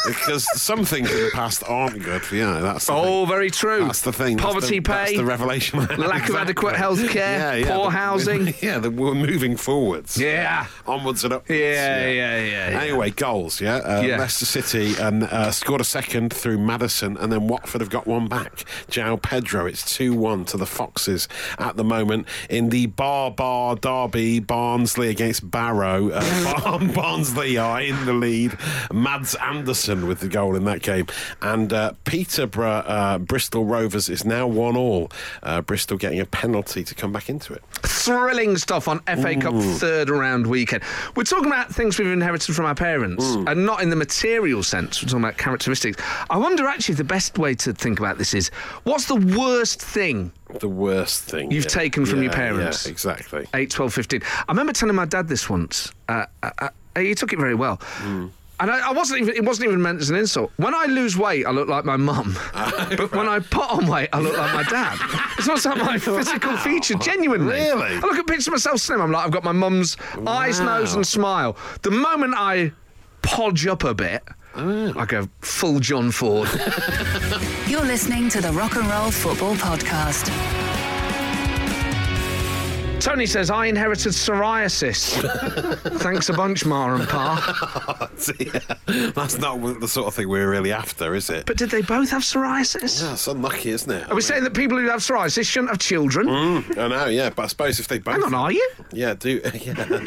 B: because some things in the past aren't good. Yeah, that's the
A: Oh,
B: thing.
A: very true.
B: That's the thing. That's
A: Poverty
B: the- that's
A: pay.
B: the revelation. I had.
A: Lack of adequate healthcare, poor
B: the-
A: housing.
B: [LAUGHS] Yeah, the, we're moving forwards.
A: Yeah.
B: Onwards and upwards.
A: Yeah, yeah, yeah, yeah.
B: Anyway, goals, yeah. Uh,
A: Yeah.
B: Leicester City and uh, scored a second through Madison, and then Watford have got one back. Jao Pedro, it's 2 1 to the Foxes at the moment in the Bar Bar Derby.
A: [LAUGHS]
B: Barnsley against Barrow. Uh, Barn- Barnsley are in the lead. Mads Anderson second with the goal in that game. And uh, Peterborough uh, Bristol Rovers is now one all. Uh, Bristol getting a penalty to come back into it.
A: Thrilling stuff on FA Cup third round weekend. We're talking about things we've inherited from our parents and not in the material sense. We're talking about characteristics. I wonder actually if the best way to think about this is what's the worst thing
B: The worst thing
A: You've
B: yeah.
A: taken from your
B: Yeah, yeah,
A: parents. [LAUGHS]
B: exactly.
A: 8, 12, 15. I remember telling my dad this once. Uh, uh, uh, he took it very well.
B: Hmm.
A: And I, I wasn't even, it wasn't even meant as an insult. When I lose weight, I look like my
B: [LAUGHS]
A: mum.
B: Oh,
A: but when I put on weight, I look like my dad. it's not like
B: [LAUGHS]
A: my physical feature, genuinely.
B: Really?
A: I look at pictures of myself slim. I'm like, I've got my mum's eyes,
B: Wow.
A: nose, and smile. The moment I podge up a bit,
B: Oh.
A: I go full John
B: [LAUGHS]
A: Ford.
C: You're listening to the Rock and Roll Football Podcast.
A: Tony says, I inherited psoriasis.
B: [LAUGHS]
A: Thanks a bunch, Ma and Pa.
B: Yeah. That's not the sort of thing we're really after, is it?
A: But did they both have psoriasis?
B: That's unlucky, isn't it? Mm.
A: Are we saying that people who have psoriasis shouldn't have children?
B: I know, yeah, but I suppose if they both.
A: Hang on, are you?
B: Yeah, do. [LAUGHS] Yeah.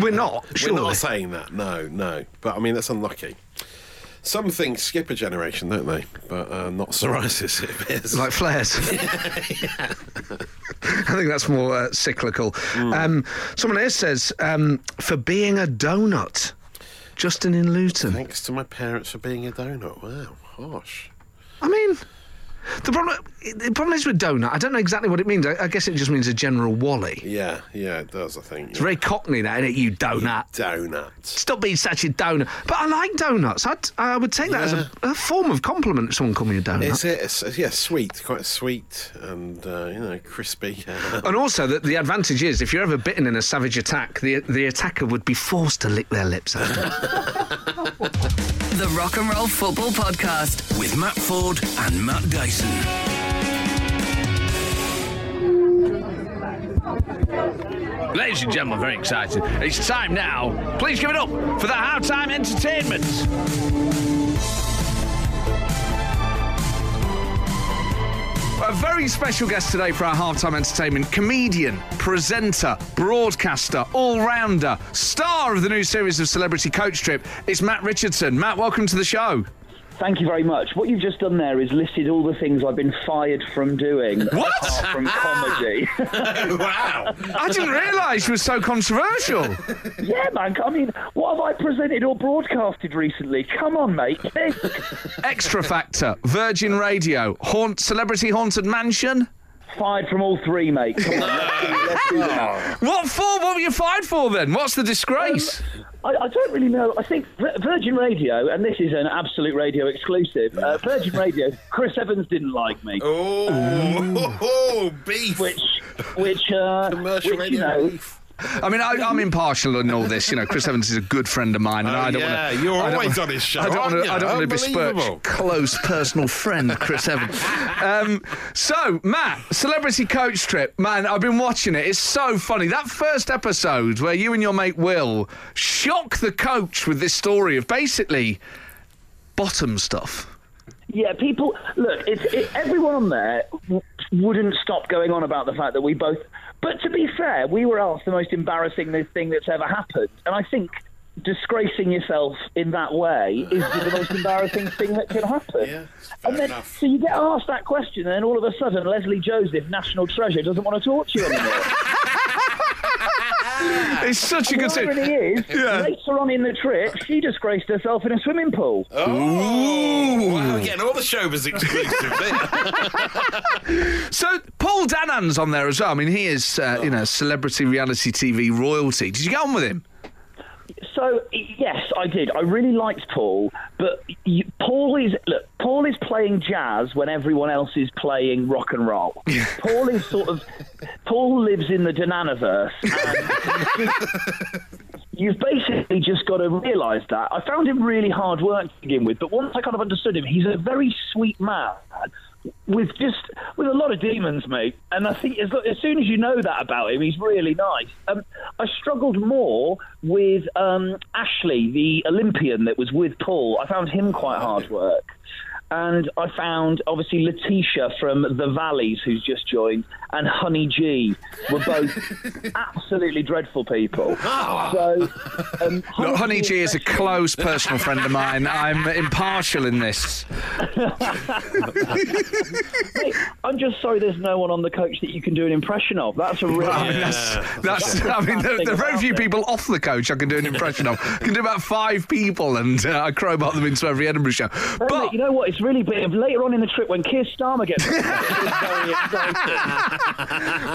A: We're not, surely.
B: We're not saying that. No, no. But I mean, that's unlucky. Some things skip a generation, don't they? But uh, not [LAUGHS] psoriasis. It appears.
A: like flares. [LAUGHS] I think that's more uh, cyclical. Um, someone here says, um, for being a donut, Justin in Luton.
B: Thanks to my parents for being a donut. Wow, harsh.
A: I mean, the problem, the problem is with donut, I don't know exactly what it means. I, I guess it just means a general wally.
B: Yeah, yeah, it does. I think.
A: It's very cockney, that, isn't it, you donut?
B: Donut.
A: Stop being such a donut. But I like donuts. I'd, I would take that as a, a form of compliment if someone called me a donut.
B: It's, it's, it's yeah, sweet, quite sweet, and uh, you know, crispy. [LAUGHS]
A: And also, the, the advantage is if you're ever bitten in a savage attack, the, the attacker would be forced to lick their lips after.
C: The Rock and Roll Football Podcast.
D: With Matt Ford and Matt Dyson.
A: Ladies and gentlemen, very excited. It's time now. Please give it up for the halftime entertainment. A very special guest today for our halftime entertainment comedian, presenter, broadcaster, all rounder, star of the new series of Celebrity Coach Trip. It's Matt Richardson. Matt, welcome to the show.
E: Thank you very much. What you've just done there is listed all the things I've been fired from doing.
A: What?
E: Apart
B: [LAUGHS]
E: from comedy. [LAUGHS]
B: wow.
A: I didn't realise you were so controversial.
E: yeah, man. I mean, what have I presented or broadcasted recently? Come on, mate. think.
A: Extra Factor, Virgin Radio, Haunt Celebrity Haunted Mansion.
E: fired from all three, mate. Come
B: [LAUGHS]
E: on, let's do, let's do that.
A: What for? What were you fired for then? What's the disgrace?
E: I, I don't really know. I think Vir- Virgin Radio, and this is an absolute radio exclusive. Uh, Virgin Radio, Chris Evans didn't like me.
B: Oh, [LAUGHS] beef.
E: Which, which, uh,
B: Commercial
E: which,
B: radio
E: you know,
B: beef.
A: I mean, I, I'm impartial in all this. You know, Chris Evans is a good friend of mine, and
B: Oh,
A: I don't
B: yeah,
A: want to.
B: you're always on his show,
A: I don't
B: aren't
A: wanna-
B: you?
A: I don't want to besmirch
B: Unbelievable.
A: close personal friend Chris Evans.
B: [LAUGHS]
A: Um, so, Matt, Celebrity Coach Trip, man, I've been watching it. It's so funny. That first episode where you and your mate Will shock the coach with this story of basically bottom stuff.
E: Yeah, people look. It's it, everyone on there w- wouldn't stop going on about the fact that we both. But to be fair, we were asked the most embarrassing thing that's ever happened, and I think disgracing yourself in that way is the most embarrassing thing that can happen.
B: Yeah, fair
E: and then,
B: enough.
E: so you get asked that question, and then all of a sudden, Leslie Joseph, national treasure, doesn't want to talk to you anymore.
A: It's such a good
E: the irony
A: scene.
E: is,
A: Yeah.
E: later on in the trip, she disgraced herself in a swimming pool.
B: Oh, wow, getting all the showbiz exclusive. there.
A: So Paul Dannon's on there as well. I mean, he is uh, you know celebrity reality TV royalty. Did you get on with him?
E: So yes, I did. I really liked Paul, but you, Paul is look. Paul is playing jazz when everyone else is playing rock and roll. Paul is sort of Paul lives in the Dananaverse. and You've basically just got to realise that. I found him really hard work to begin with, but once I kind of understood him, he's a very sweet man with just with a lot of demons, mate. And I think as, as soon as you know that about him, he's really nice. Um, I struggled more with um, Ashley, the Olympian that was with Paul. I found him quite hard work. and I found obviously Letitia from The Valleys, who's just joined, and Honey G were both
A: [LAUGHS]
E: absolutely dreadful people. So, um,
A: Ah. Look, Honey G is a
E: especially-
A: close personal friend of mine. I'm impartial in this.
E: Mate, I'm just sorry there's no one on the coach that you can do an impression of. That's a real.
A: I mean, that's, that's, I mean, there, there are very few people off the coach I can do an impression of. I can do about five people, and uh, I crowbar them into every Edinburgh show.
E: Hey, mate,
A: But
E: you know what? It's really big. Later on in the trip, when Keir
A: [LAUGHS]
E: Starmer gets, [LAUGHS]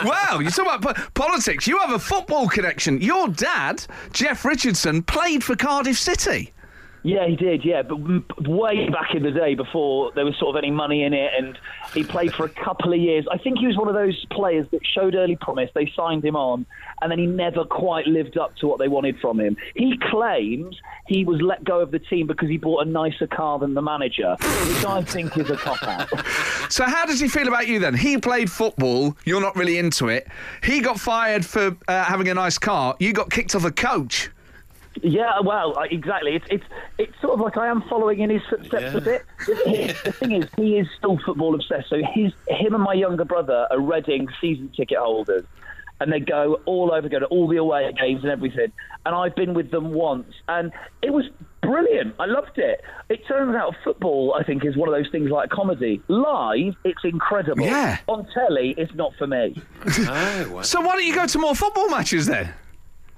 A: Wow, you talk about po- politics. You have a football connection. Your dad, Jeff Richardson, played for Cardiff City.
E: yeah, he did, yeah, but m- way back in the day before there was sort of any money in it, and he played for a couple of years. I think he was one of those players that showed early promise. They signed him on, and then he never quite lived up to what they wanted from him. He claims he was let go of the team because he bought a nicer car than the manager, which I think is a cop out.
A: So how does he feel about you then? He played football. You're not really into it. He got fired for uh, having a nice car. You got kicked off a coach.
E: Yeah, well, I- exactly. It's it's it's sort of like I am following in his footsteps
B: Yeah.
E: a bit. The, the thing is, he is still football obsessed. So his him and my younger brother are Reading season ticket holders, and they go all over, go to all the away games and everything. And I've been with them once, and it was brilliant. I loved it. It turns out football, I think, is one of those things like comedy. Live, it's incredible.
A: Yeah.
E: On telly, it's not for me.
B: Oh,
A: [LAUGHS]
B: wow.
A: So why don't you go to more football matches then?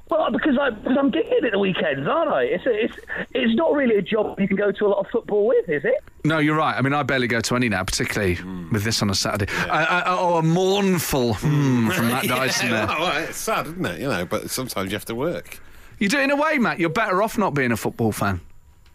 E: Well, because I, because I'm getting it at the weekends, aren't I? It's, a, it's it's not really a job you can go to a lot of football with, is it?
A: No, you're right. I mean, I barely go to any now, particularly with this on a Saturday. Uh, uh, oh, a mournful hmm from Matt Dyson
B: yeah,
A: there.
B: [LAUGHS] well, well, it's sad, isn't it? You know, but sometimes you have to work.
A: You do it in a way, Matt. You're better off not being a football fan.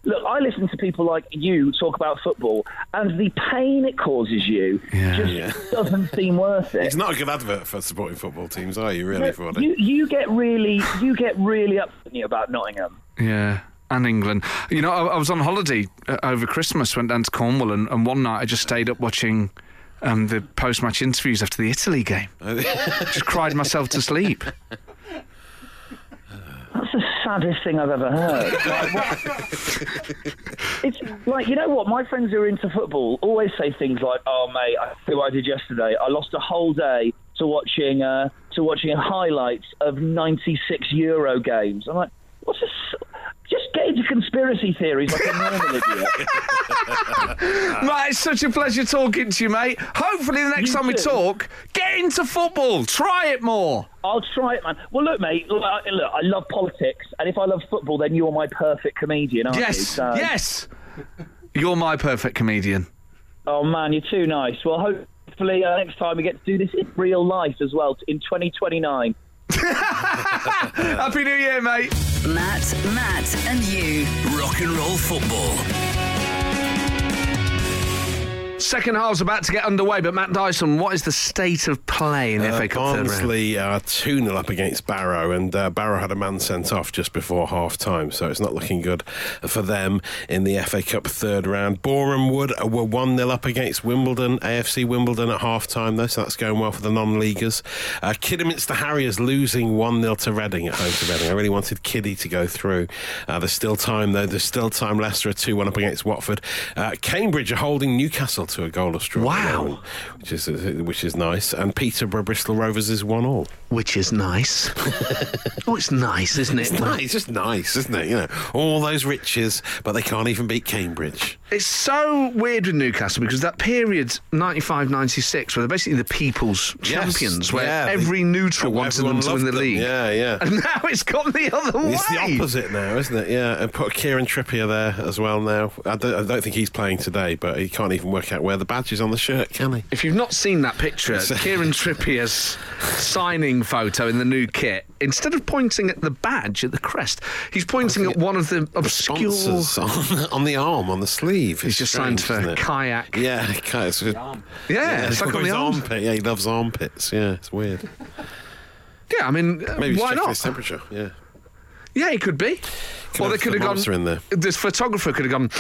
E: Look, I listen to people like you talk about football, and the pain it causes you just
B: Yeah.
E: [LAUGHS] doesn't seem worth it.
B: It's not a good advert for supporting football teams, are you? Really,
E: Look,
B: for [LAUGHS]
E: you, you get really you get really upset don't you, about Nottingham.
A: Yeah. And England. You know, I, I was on holiday uh, over Christmas, went down to Cornwall, and, and one night I just stayed up watching um, the post match interviews after the Italy game. just cried myself to [LAUGHS] sleep.
E: That's the saddest thing I've ever heard. Like, what- it's like, you know what? My friends who are into football always say things like, oh, mate, I see what I did yesterday. I lost a whole day to watching uh, to watching highlights of 96 Euro games. I'm like, what's this? Just get into conspiracy theories like a normal idiot.
A: Matt, it's such a pleasure talking to you, mate. Hopefully, the next
E: You
A: time we
E: too.
A: talk, get into football. Try it more.
E: I'll try it, man. Well, look, mate, look, I- look, I love politics. And if I love football, then you're my perfect comedian, aren't you?
A: Yes.
E: So-
A: Yes. You're my perfect comedian.
E: Oh man, you're too nice. Well, hopefully uh, next time we get to do this in real life as well in 2029.
A: Happy New Year, mate.
C: Matt, Matt, and you.
D: Rock and roll football.
A: Second half's about to get underway, but Matt Dyson, what is the state of play in the
F: Uh,
A: FA Cup third round?
B: Uh, Barnsley are 2 0 up against Barrow, and uh, Barrow had a man sent off just before half time, so it's not looking good for them in the FA Cup third round. Boreham Wood were 1 0 up against Wimbledon, AFC Wimbledon at half time, though, so that's going well for the non leaguers. Uh, Kidderminster Harriers losing 1 0 to Reading at home to Reading. I really wanted Kiddy to go through. Uh, there's still time, though. There's still time. Leicester are 2 1 up against Watford. Uh, Cambridge are holding Newcastle to a goalless draw. at the
A: Wow.
B: moment, Which is, which is nice. And Peterborough Bristol Rovers is 1 all. [LAUGHS]
F: which is nice. [LAUGHS] oh, it's nice, isn't it?
B: It's nice. It's just nice, isn't it? You know, all those riches, but they can't even beat Cambridge.
A: It's so weird with Newcastle because that period, 95 96, where they're basically the people's
B: Yes,
A: champions, where
B: yeah, they-
A: every neutral
B: Oh,
A: wanted
B: everyone
A: them to win
B: loved
A: the
B: them,
A: league.
B: yeah, yeah.
A: [LAUGHS] And now it's gone the other way.
B: It's the opposite now, isn't it? Yeah, and put Kieran Trippier there as well now. I don't, I don't think he's playing today, but he can't even work out where the badge is on the shirt, can he?
A: If you've not seen that picture, Kieran Trippier's signing photo in the new kit, instead of pointing at the badge at the crest, he's pointing at one of the obscure.
B: Sponsors on, on the arm, on the sleeve.
A: He's
B: It's
A: just signed
B: strange,
A: for
B: isn't it?
A: kayak.
B: Yeah, kayak. It's,
A: Yeah, it's
B: [LAUGHS]
A: like on
B: his
A: the arm.
B: armpit. Yeah, he loves armpits. Yeah, it's weird.
A: Yeah, I mean, uh,
B: Maybe he's
A: why
B: checking
A: not?
B: his temperature. Yeah.
A: Yeah, he could be. or
B: have
A: they could have
B: thermometer
A: gone.
B: in there.
A: This photographer could have gone.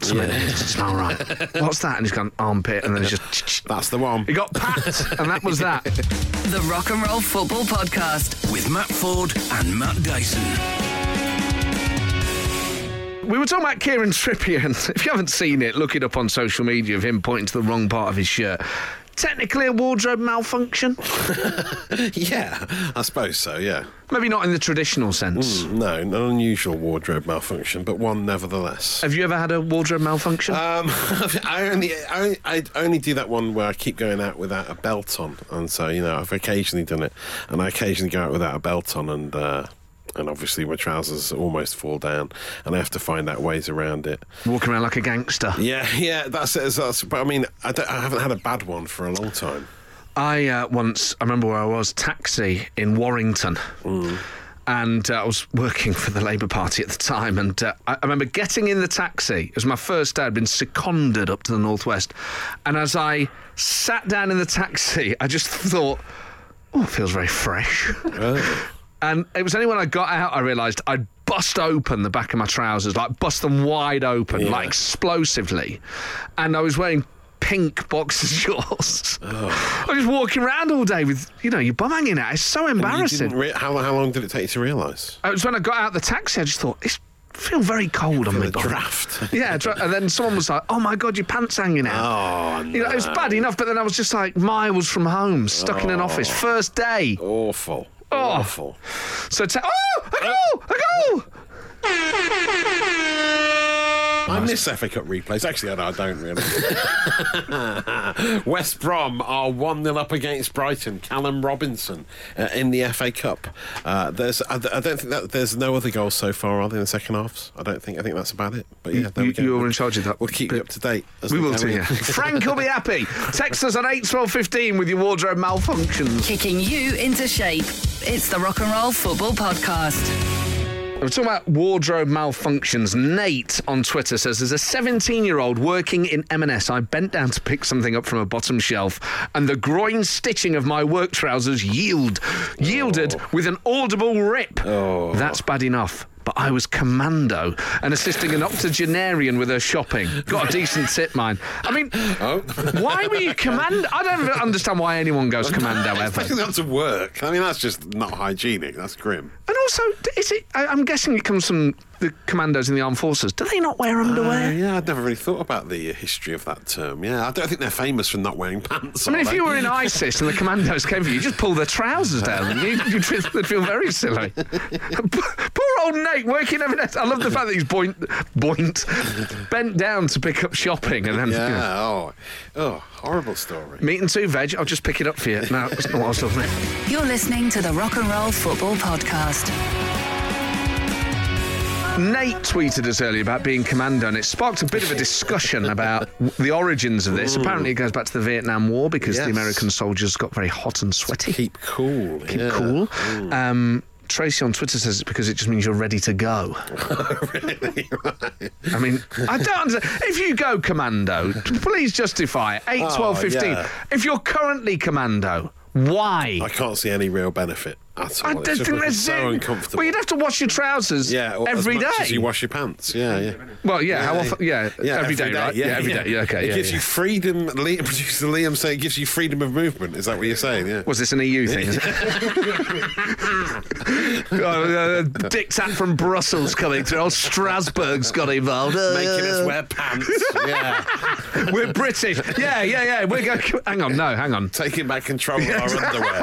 A: "Something doesn't smell right. What's that? And he's gone armpit, and then he's just.
B: That's the one.
A: He got packed, and that was that.
C: The Rock and Roll Football Podcast.
D: With Matt Ford and Matt Dyson.
A: we were talking about Kieran Trippier, and if you haven't seen it, look it up on social media of him pointing to the wrong part of his shirt. Technically, a wardrobe malfunction.
B: [LAUGHS] yeah, I suppose so, yeah.
A: Maybe not in the traditional sense.
B: No, an unusual wardrobe malfunction, but one nevertheless.
A: Have you ever had a wardrobe malfunction?
B: Um, [LAUGHS] I only I, I only do that one where I keep going out without a belt on, and so you know I've occasionally done it, and I occasionally go out without a belt on, and uh, and obviously my trousers almost fall down, and I have to find out ways around it.
A: Walking around like a gangster.
B: Yeah, [LAUGHS] yeah, that's it. That's, but I mean, I, don't- I haven't had a bad one for a long time.
A: I uh, once, I remember where I was, taxi in Warrington. And uh, I was working for the Labour Party at the time. And uh, I, I remember getting in the taxi. It was my first day. I'd been seconded up to the Northwest. And as I sat down in the taxi, I just thought, oh, it feels very fresh. And it was only when I got out I realised I'd bust open the back of my trousers, like bust them wide open,
B: Yeah.
A: like explosively. And I was wearing pink boxer [LAUGHS] shorts. I was just walking around all day with, you know, your bum hanging out. It's so
B: And you
A: embarrassing.
B: didn't re- how how long did it take you to realise?
A: It was when I got out of the taxi, I just thought, it's feel very cold on my
B: the
A: bum. [LAUGHS]
B: draft.
A: Yeah, dra- and then someone was like, "Oh my god, your pants hanging out."
B: Oh, no. Oh.
A: You know, it was bad enough, but then I was just like miles from home, stuck in an office, first day.
B: Awful. Awful.
A: So, ta- oh, I go, I go.
B: I miss FA Cup replays. Actually, no, I don't really. [LAUGHS] West Brom are 1 0 up against Brighton. Callum Robinson uh, in the FA Cup. Uh, there's, I, I don't think that there's no other goals so far, are there, in the second halves? I don't think. I think that's about it. But yeah, there
A: you-
B: we go.
A: you're in charge of that
B: We'll keep you
A: bit.
B: up to date. as
A: We will
B: go
A: too.
B: in. [LAUGHS]
A: Yeah. Frank will be happy. Text us on eight twelve fifteen with your wardrobe malfunctions.
C: Kicking you into shape. It's the Rock and Roll Football Podcast.
A: We're talking about wardrobe malfunctions. Nate on Twitter says there's a 17 year old working in M&S. I bent down to pick something up from a bottom shelf, and the groin stitching of my work trousers yield yielded with an audible rip. That's bad enough. But I was commando and assisting an octogenarian with her shopping. Got a decent tip, mine. I mean, why were you commando? I don't understand why anyone goes commando ever.
B: Especially not to work. I mean, that's just not hygienic. That's grim.
A: And also, d- is it? I, I'm guessing it comes from the commandos in the armed forces. Do they not wear
B: Uh,
A: underwear?
B: yeah, I'd never really thought about the history of that term. Yeah, I don't think they're famous for not wearing [LAUGHS] pants.
A: I mean,
B: are
A: if
B: they?
A: you were in ISIS and the commandos came for you, you'd just pull their trousers down. You, you'd feel, they'd feel very silly. [LAUGHS] P- Poor old Nate working every day. I love the fact that he's boint, boint, bent down to pick up shopping and then you know,
B: Yeah, oh, oh, horrible story.
A: meat and two veg. I'll just pick it up for you. No, it's not what I was talking about.
C: You're listening to the Rock and Roll Football Podcast.
A: Nate tweeted us earlier about being commando, and it sparked a bit
B: [LAUGHS]
A: of a discussion about the origins of this. Apparently, it goes back to the Vietnam War because
B: Yes.
A: the American soldiers got very hot and sweaty.
B: [LAUGHS] Keep cool.
A: Keep cool. Um, Tracy on Twitter says it's because it just means you're ready to go.
B: [LAUGHS] really? Right.
A: I mean, I don't understand. If you go commando, please justify it. 8,
B: Oh,
A: 12, 15.
B: yeah.
A: If you're currently commando, why?
B: I can't see any real benefit at
A: I
B: all. It's
A: don't
B: just
A: think
B: looking
A: there's
B: so
A: it.
B: uncomfortable.
A: Well, you'd have to wash your trousers
B: yeah, well,
A: every
B: as
A: day.
B: much as you wash your pants. Yeah, yeah.
A: Well, yeah, how often? Yeah, every day, right? Yeah, every day. Yeah, okay.
B: It
A: yeah,
B: gives
A: yeah.
B: you freedom. Liam, producer Liam saying it gives you freedom of movement. Is that what you're saying? Yeah.
A: Was this an EU [LAUGHS] thing? Is it? oh, uh, dictat from Brussels coming through. Oh, Strasbourg's got involved. Uh,
B: Making us wear pants. [LAUGHS] yeah.
A: We're British. Yeah, yeah, yeah. We're going. Hang on, no, hang on.
B: Taking back
A: [LAUGHS]
B: control of our underwear.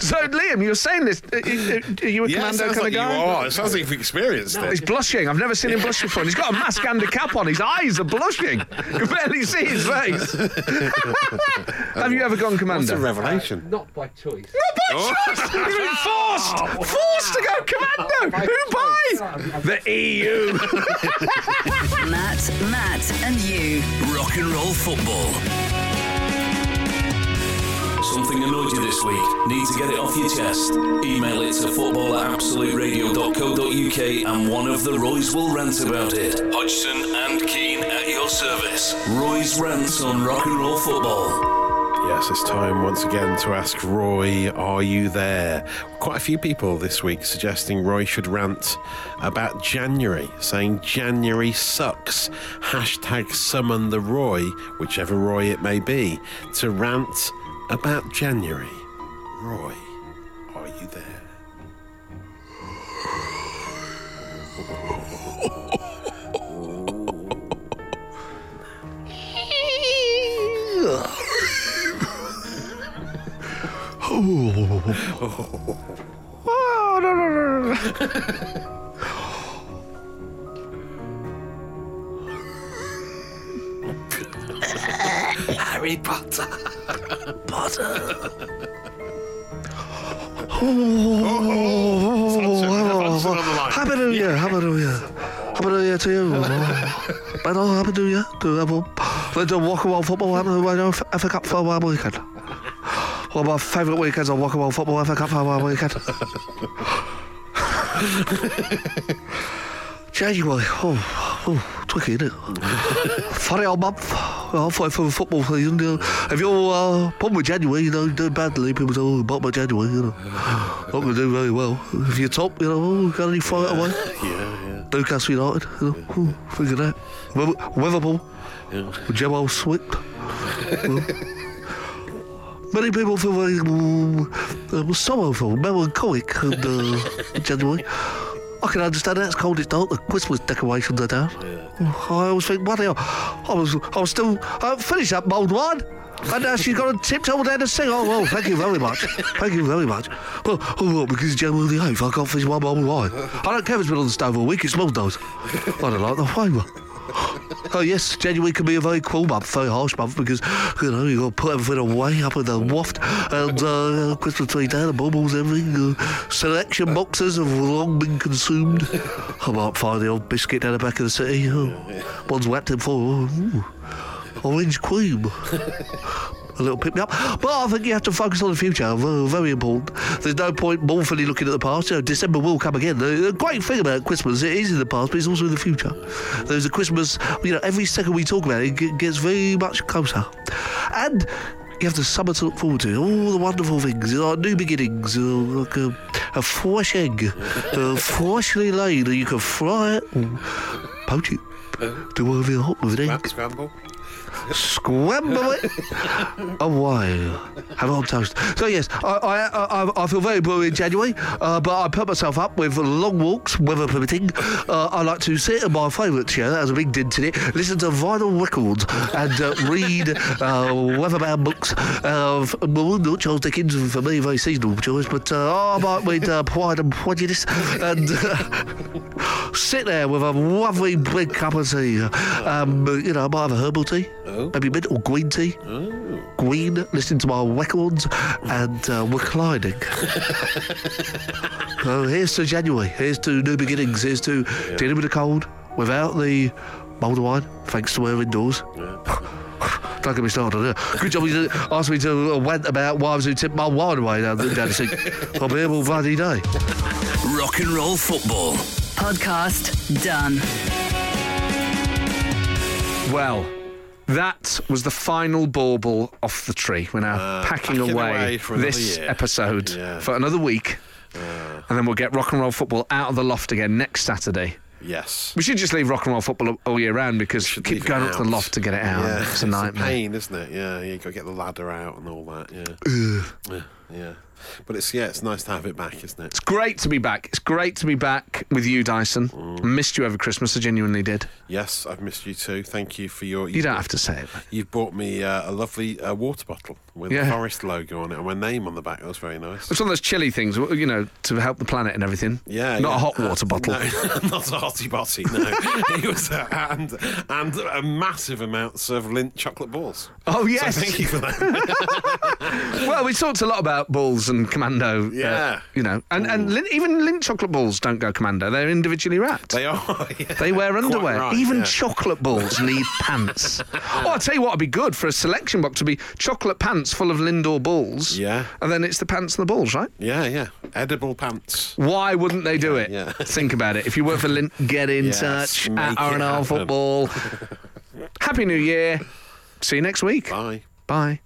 A: So, Liam, you were saying this. uh, uh, Are you a
B: Yeah, it
A: commando
B: sounds
A: kind
B: like
A: of
B: you
A: guy?
B: are. It sounds like you've experienced
A: He's
B: it.
A: blushing. I've never seen him blush before. And he's got a mask and a cap on. His eyes are blushing. You can barely see his face. [LAUGHS] Have you ever gone
B: It's
A: commando?
B: a revelation.
F: Not by choice.
A: You've been forced, forced to go commando. Who buys? The E EU.
C: Matt, Matt, and you.
D: Rock and roll football. Something annoyed you this week? Need to get it off your chest? Email it to football at absoluteradio.co.uk and one of the Roys will rant about it. Hodgson and Keane at your service. Roy's rants on rock and roll football.
B: Yes, it's time once again to ask Roy, are you there? Quite a few people this week suggesting Roy should rant about January, saying January sucks. Hashtag summon the Roy, whichever Roy it may be, to rant about January. Roy, are you there?
A: Oh,
B: Harry Potter.
F: Hallelujah, hallelujah. Hallelujah to you. But oh, hallelujah to everyone. Let's walk around football. I'm going to FA Cup for one weekend. One of my favourite weekends on walk around football FA Cup for one weekend. January. Oh, oh, tricky, isn't it? Funny old month. Oh, I'll fight for the football season. You know. If you're uh, problem with January, you know, you do badly. People say, oh, bottom of January, you know. [LAUGHS] Not going to do very well. If you're top, you know, oh, can only throw it away. Newcastle United, you know, ooh, think of that. Weather- Weatherpool, Jebo Swift. Well, Many people feel very um, um, sorrowful, melancholic and uh, January. I can understand that. It's cold, it's dark, the Christmas decorations are down. I always think, bloody hell, I was, I was still, I haven't finished that mulled wine. And now she's got a tiptoe down to sing. Oh, well, thank you very much. Thank you very much. Well, oh, well because it's January the 8th, I can't finish my mulled wine. I don't care if it's been on the stove all week, it smells nice. I don't like the flavour. Oh yes, January can be a very cruel month, very harsh month because you know you got to put everything away up in the waft and uh, Christmas tree down, the baubles, everything. Uh, selection boxes have long been consumed. I might find the old biscuit down the back of the city. Oh, one's whacked in for orange cream. a little pick me up. But I think you have to focus on the future. Very, very important. There's no point mournfully looking at the past. You know, December will come again. The, the great thing about Christmas, it is in the past, but it's also in the future. There's a Christmas, you know, every second we talk about it, it ge- gets very much closer. And you have the summer to look forward to. All the wonderful things, you know, new beginnings, you know, like a, a fresh egg, uh, freshly laid, and you can fry it or poach it. Do whatever you want with an egg
B: Uh, Scramble.
F: scramble it away. Have it on toast. So yes, I I, I, I feel very blue in January, uh, but I put myself up with long walks, weather permitting. Uh, I like to sit in my favourite chair that has a big dent in it, listen to vinyl records, and uh, read uh, weatherman books. Uh, f- well, not Charles Dickens for me, very seasonal choice, but uh, I might read uh, [LAUGHS] Pride and Prejudice and. [LAUGHS] Uh, Sit there with a lovely big cup of tea. Um, you know, I might have a herbal tea, maybe mint or green tea green, listening to my records, and uh, reclining. so here's to January. Here's to new beginnings. Here's to dealing with the cold without the mulled wine, thanks to her indoors. Don't get me started on her. Good job you didn't ask me to uh, rant about wives who tip my wine away down, down
A: [LAUGHS]
F: the sink. I'll be here all bloody day.
D: Rock and roll football.
C: Podcast done.
A: Well, that was the final bauble off the tree. We're now
F: Uh,
A: packing,
B: packing
A: away,
B: away for another
A: this
B: year.
A: episode
B: Yeah.
A: for another week.
F: Uh.
A: And then we'll get rock and roll football out of the loft again next Saturday.
B: Yes.
A: We should just leave rock and roll football all year round because we
B: should
A: keep
B: leave it
A: going up to the
B: out.
A: loft to get it out.
B: Yeah,
A: It's a nightmare.
B: pain, isn't it? Yeah, you got to get the ladder out and all that. Yeah. yeah, yeah. But it's yeah, it's nice to have it back, isn't it?
A: It's great to be back. It's great to be back with you, Dyson.
F: Mm.
A: I missed you over Christmas. I genuinely did.
B: Yes, I've missed you too. Thank you for your.
A: You don't have to say it. mate.
B: You've bought me uh, a lovely uh, water bottle with
A: Yeah.
B: the forest logo on it and my name on the back. That was very nice.
A: It's one of those chilly things, you know, to help the planet and everything.
B: Yeah,
A: Not
B: yeah.
A: a hot
B: Uh,
A: water bottle.
B: [LAUGHS] No, not a hotty botty. No, [LAUGHS] it was uh, and and uh, massive amounts of lint chocolate balls.
A: Oh, [LAUGHS]
B: So
A: yes.
B: thank you
A: [LAUGHS]
B: for that.
A: Well, we talked a lot about balls and commando. uh,
B: Yeah.
A: you know, and, and lin- even lint chocolate balls don't go commando. They're individually wrapped.
B: they are. [LAUGHS] yeah.
A: They wear
B: Quite
A: underwear.
B: right,
A: Even
B: yeah.
A: chocolate
B: [LAUGHS]
A: balls need pants. Oh, I'll tell you what would be good for a selection box to be chocolate pants full of Lindor balls.
B: Yeah.
A: And then it's the pants and the balls, right?
B: Yeah, yeah. Edible pants.
A: Why wouldn't they do it?
B: yeah.
A: [LAUGHS] Think about it. If you work for Lint, get in
B: Yes,
A: touch
B: make
A: at
B: it
A: R&R
B: [LAUGHS] happen.
A: Football. Happy New Year. See you next week.
B: Bye.
A: Bye.